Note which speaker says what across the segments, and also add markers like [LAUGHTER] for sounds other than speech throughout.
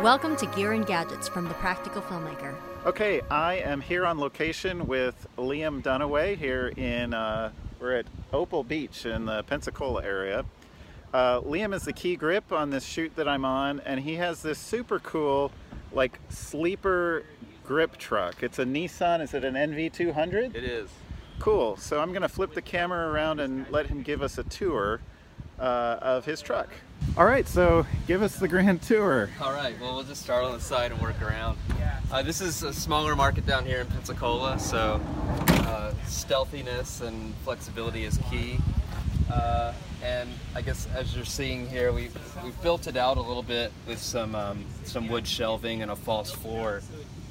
Speaker 1: Welcome to Gear and Gadgets from The Practical Filmmaker.
Speaker 2: Okay, I am here on location with Liam Dunaway here in, uh, we're at Opal Beach in the Pensacola area. Uh, Liam is the key grip on this shoot that I'm on, and he has this super cool, like, sleeper grip truck. It's a Nissan, is it an NV200?
Speaker 3: It is.
Speaker 2: Cool, so I'm gonna flip the camera around and let him give us a tour uh, of his truck. All right, so give us the grand tour.
Speaker 3: All right. Well, we'll just start on the side and work around. Uh, this is a smaller market down here in Pensacola, so uh, stealthiness and flexibility is key. Uh, and I guess as you're seeing here, we we've built it out a little bit with some um, some wood shelving and a false floor,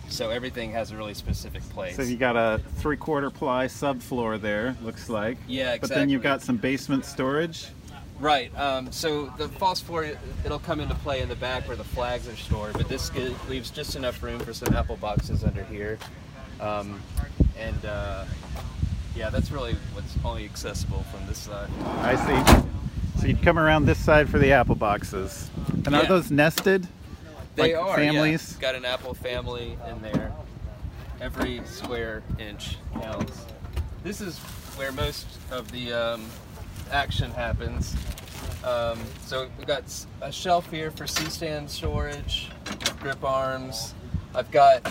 Speaker 3: so everything has a really specific place.
Speaker 2: So you got a three-quarter ply subfloor there, looks like.
Speaker 3: Yeah,
Speaker 2: But then you've
Speaker 3: exactly.
Speaker 2: got some basement storage.
Speaker 3: Right. Um, so the false floor, it'll come into play in the back where the flags are stored, but this g- leaves just enough room for some apple boxes under here, um, and uh, yeah, that's really what's only accessible from this side.
Speaker 2: I see. So you'd come around this side for the apple boxes. And are
Speaker 3: Yeah.
Speaker 2: those nested?
Speaker 3: They
Speaker 2: Like
Speaker 3: are yeah.
Speaker 2: families?
Speaker 3: Got an apple family in there. Every square inch counts. This is where most of the um, action happens. Um, so we've got s- a shelf here for C-stand storage, grip arms. I've got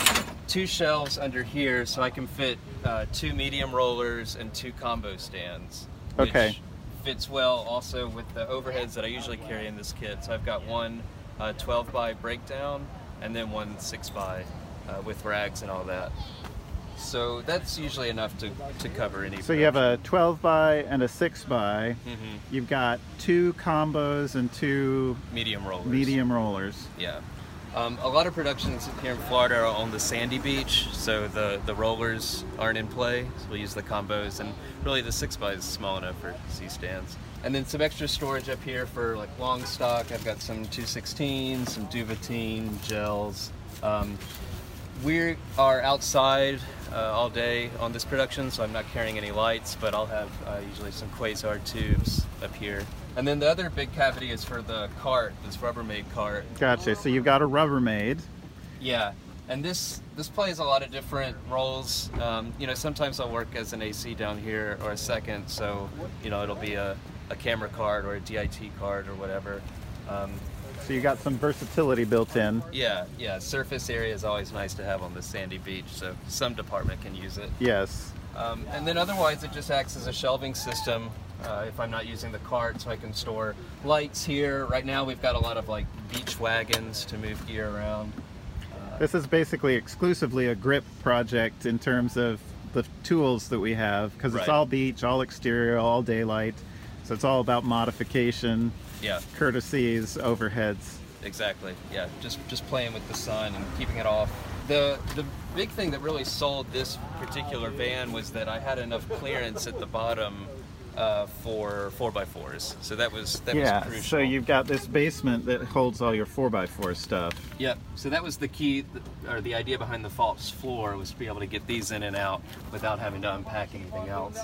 Speaker 3: two shelves under here, so I can fit uh, two medium rollers and two combo stands. which
Speaker 2: Okay.
Speaker 3: Fits well also with the overheads that I usually carry in this kit. So I've got one uh, 12 by breakdown and then one 6 by uh, with rags and all that. So that's usually enough to, to cover any.
Speaker 2: So you have a 12 by and a 6 by.
Speaker 3: Mm-hmm.
Speaker 2: You've got two combos and two
Speaker 3: medium rollers.
Speaker 2: medium rollers.
Speaker 3: Yeah. Um, a lot of productions here in Florida are on the sandy beach, so the, the rollers aren't in play. So we use the combos, and really the six by is small enough for C stands. And then some extra storage up here for like long stock. I've got some 216, some Duvetine gels. Um, we are outside uh, all day on this production, so I'm not carrying any lights, but I'll have uh, usually some quasar tubes up here. And then the other big cavity is for the cart, this Rubbermaid cart.
Speaker 2: Gotcha. So you've got a Rubbermaid.
Speaker 3: Yeah, and this this plays a lot of different roles. Um, you know, sometimes I'll work as an AC down here or a second, so you know it'll be a, a camera card or a DIT card or whatever. Um,
Speaker 2: So you got some versatility built in.
Speaker 3: yeah, yeah. Surface area is always nice to have on the sandy beach, so some department can use it.
Speaker 2: Yes.
Speaker 3: Um, and then otherwise, it just acts as a shelving system uh, if I'm not using the cart, so I can store lights here. Right now, we've got a lot of like beach wagons to move gear around.
Speaker 2: This is basically exclusively a grip project in terms of the tools that we have because it's
Speaker 3: Right.
Speaker 2: all beach, all exterior, all daylight. So it's all about modification,
Speaker 3: Yeah.
Speaker 2: courtesies, overheads.
Speaker 3: Exactly. Yeah. Just just playing with the sun and keeping it off. The the big thing that really sold this particular van was that I had enough clearance at the bottom uh, for four x fours. So that was that was
Speaker 2: yeah,
Speaker 3: crucial.
Speaker 2: so you've got this basement that holds all your 4x4 stuff.
Speaker 3: Yep. So that was the key, or the idea behind the false floor was to be able to get these in and out without having to unpack anything else.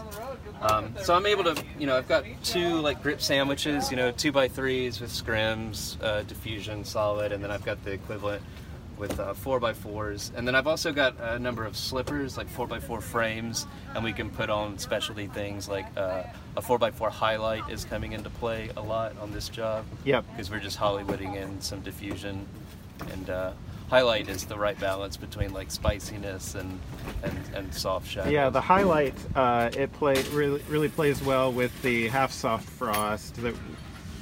Speaker 3: Um, so I'm able to, you know, I've got two like grip sandwiches, you know, two by threes with scrims, uh, diffusion, solid, and then I've got the equivalent with uh, four by fours, and then I've also got a number of slippers, like four by four frames, and we can put on specialty things like uh, a four by four highlight is coming into play a lot on this job
Speaker 2: Yep.
Speaker 3: because we're just Hollywooding in some diffusion, and uh, highlight is the right balance between like spiciness and and, and soft shadows.
Speaker 2: Yeah, the highlight uh, it play really really plays well with the half soft frost that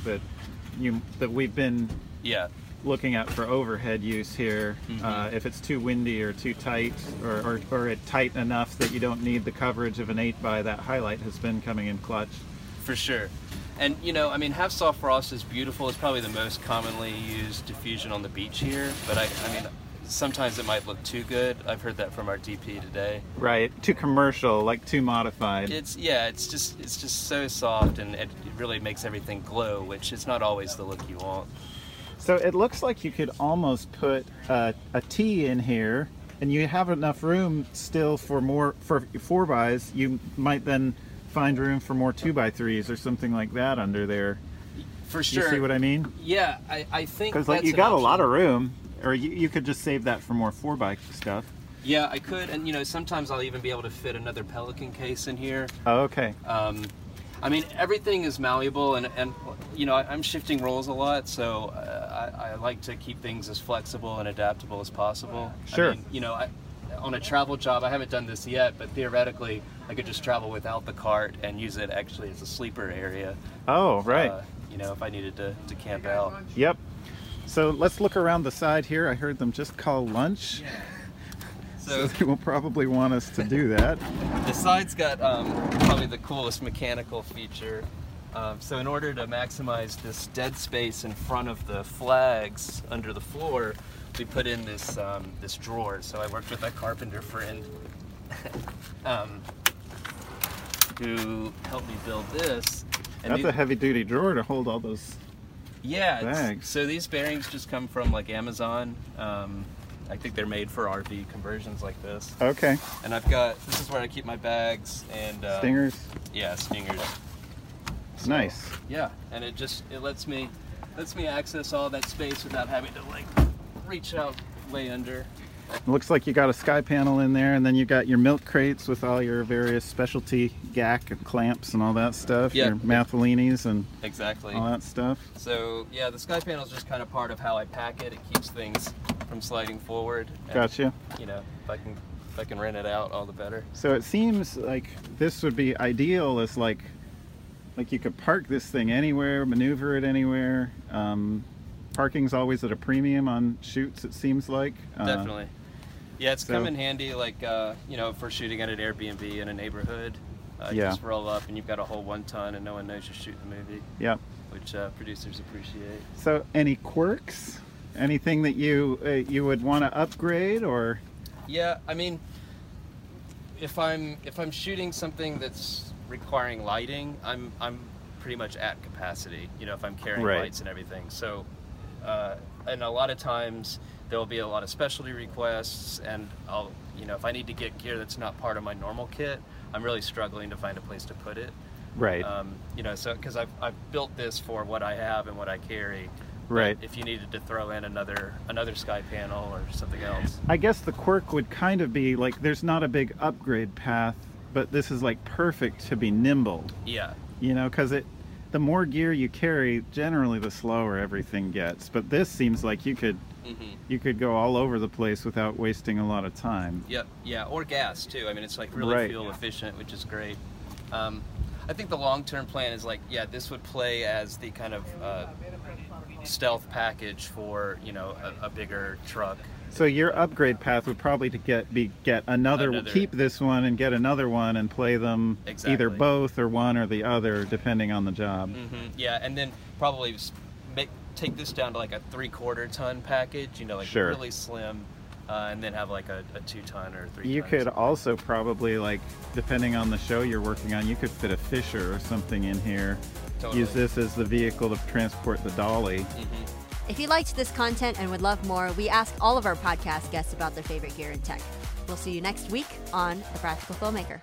Speaker 2: that you that we've been
Speaker 3: yeah,
Speaker 2: looking at for overhead use here. Uh,
Speaker 3: Mhm.
Speaker 2: if it's too windy or too tight, or, or, or it tight enough that you don't need the coverage of an 8 by, that highlight has been coming in clutch.
Speaker 3: for sure. And you know, I mean, half soft frost is beautiful. It's probably the most commonly used diffusion on the beach here. But I, I mean, sometimes it might look too good. I've heard that from our DP today.
Speaker 2: Right, too commercial, like too modified.
Speaker 3: It's yeah, it's just it's just so soft and it really makes everything glow, which is not always the look you want.
Speaker 2: So it looks like you could almost put a, a T in here, and you have enough room still for more for four bys. You might then find room for more two by threes or something like that under there.
Speaker 3: For
Speaker 2: You
Speaker 3: sure.
Speaker 2: see what I mean?
Speaker 3: Yeah, I, I think
Speaker 2: Because like
Speaker 3: that's
Speaker 2: you
Speaker 3: an
Speaker 2: got a lot
Speaker 3: option.
Speaker 2: of room or you, you could just save that for more four by stuff.
Speaker 3: Yeah, I could, and you know, sometimes I'll even be able to fit another pelican case in here.
Speaker 2: Oh, okay.
Speaker 3: Um, I mean, everything is malleable, and, and you know, I- I'm shifting roles a lot, so uh, I, I like to keep things as flexible and adaptable as possible.
Speaker 2: Sure.
Speaker 3: I mean, you know, I, on a travel job, I haven't done this yet, but theoretically, I could just travel without the cart and use it actually as a sleeper area.
Speaker 2: Oh, right.
Speaker 3: Uh, you know, if I needed to, to camp out.
Speaker 2: Yep. So let's look around the side here. I heard them just call lunch. [LAUGHS]
Speaker 3: So
Speaker 2: They will probably want us to do
Speaker 3: [LAUGHS]
Speaker 2: that.
Speaker 3: The side's got um, probably the coolest mechanical feature. Um, so in order to maximize this dead space in front of the flags under the floor, we put in this um, this drawer. So I worked with a carpenter friend [LAUGHS] um, who helped me build this.
Speaker 2: That's
Speaker 3: the-
Speaker 2: a heavy duty drawer to hold all those.
Speaker 3: yeah. it's-
Speaker 2: Bags.
Speaker 3: So these bearings just come from like Amazon. Um, I think they're made for RV conversions like this.
Speaker 2: Okay.
Speaker 3: And I've got this is where I keep my bags and um,
Speaker 2: Stingers.
Speaker 3: Yeah, stingers. So,
Speaker 2: Nice.
Speaker 3: Yeah, and it just it lets me lets me access all that space without having to like reach out way under.
Speaker 2: Looks like you got a sky panel in there, and then you got your milk crates with all your various specialty gack and clamps and all that stuff.
Speaker 3: Yeah.
Speaker 2: Your Mathelinis and
Speaker 3: Exactly.
Speaker 2: all that stuff.
Speaker 3: So yeah, the sky panel is just kind of part of how I pack it. It keeps things from sliding forward. and,
Speaker 2: Gotcha.
Speaker 3: You know, if I can if I can rent it out, all the better.
Speaker 2: So it seems like this would be ideal as like, like you could park this thing anywhere, maneuver it anywhere. Um, parking's always at a premium on shoots. It seems like. Uh,
Speaker 3: Definitely. Yeah, it's come
Speaker 2: so-
Speaker 3: in handy, like uh, you know, for shooting at an Airbnb in a neighborhood. Uh, you
Speaker 2: Yeah.
Speaker 3: Just roll up, and you've got a whole one ton, and no one knows you're shooting a movie,
Speaker 2: Yep.
Speaker 3: which uh, producers appreciate.
Speaker 2: So any quirks? Anything that you uh, you would want to upgrade or?
Speaker 3: Yeah, I mean, if I'm if I'm shooting something that's requiring lighting, I'm I'm pretty much at capacity. You know, if I'm carrying
Speaker 2: Right.
Speaker 3: lights and everything. So, uh, and a lot of times there will be a lot of specialty requests, and I'll you know if I need to get gear that's not part of my normal kit, I'm really struggling to find a place to put it.
Speaker 2: Right.
Speaker 3: Um, you know, so because I've, I've built this for what I have and what I carry. But
Speaker 2: Right.
Speaker 3: If you needed to throw in another another sky panel or something else.
Speaker 2: I guess the quirk would kind of be like there's not a big upgrade path, but this is like perfect to be nimble.
Speaker 3: Yeah.
Speaker 2: You know, because it the more gear you carry, generally the slower everything gets. But this seems like you could
Speaker 3: Mm-hmm.
Speaker 2: you could go all over the place without wasting a lot of time.
Speaker 3: Yep. Yeah. Or gas too. I mean, it's like really
Speaker 2: Right.
Speaker 3: fuel efficient, which is great. Um, I think the long-term plan is like, yeah, this would play as the kind of uh, stealth package for you know a, a bigger truck.
Speaker 2: So your upgrade path would probably to get be get another,
Speaker 3: Another.
Speaker 2: keep this one and get another one and play them either
Speaker 3: Exactly.
Speaker 2: both or one or the other depending on the job.
Speaker 3: hmm Yeah, and then probably s- make take this down to like a three-quarter ton package. You know, like
Speaker 2: Sure.
Speaker 3: really slim, uh, and then have like a, a two-ton or a three.
Speaker 2: You could also probably like depending on the show you're working on, you could fit a Fisher or something in here.
Speaker 3: Totally.
Speaker 2: Use this as the vehicle to transport the dolly.
Speaker 1: If you liked this content and would love more, we ask all of our podcast guests about their favorite gear and tech. We'll see you next week on The Practical Filmmaker.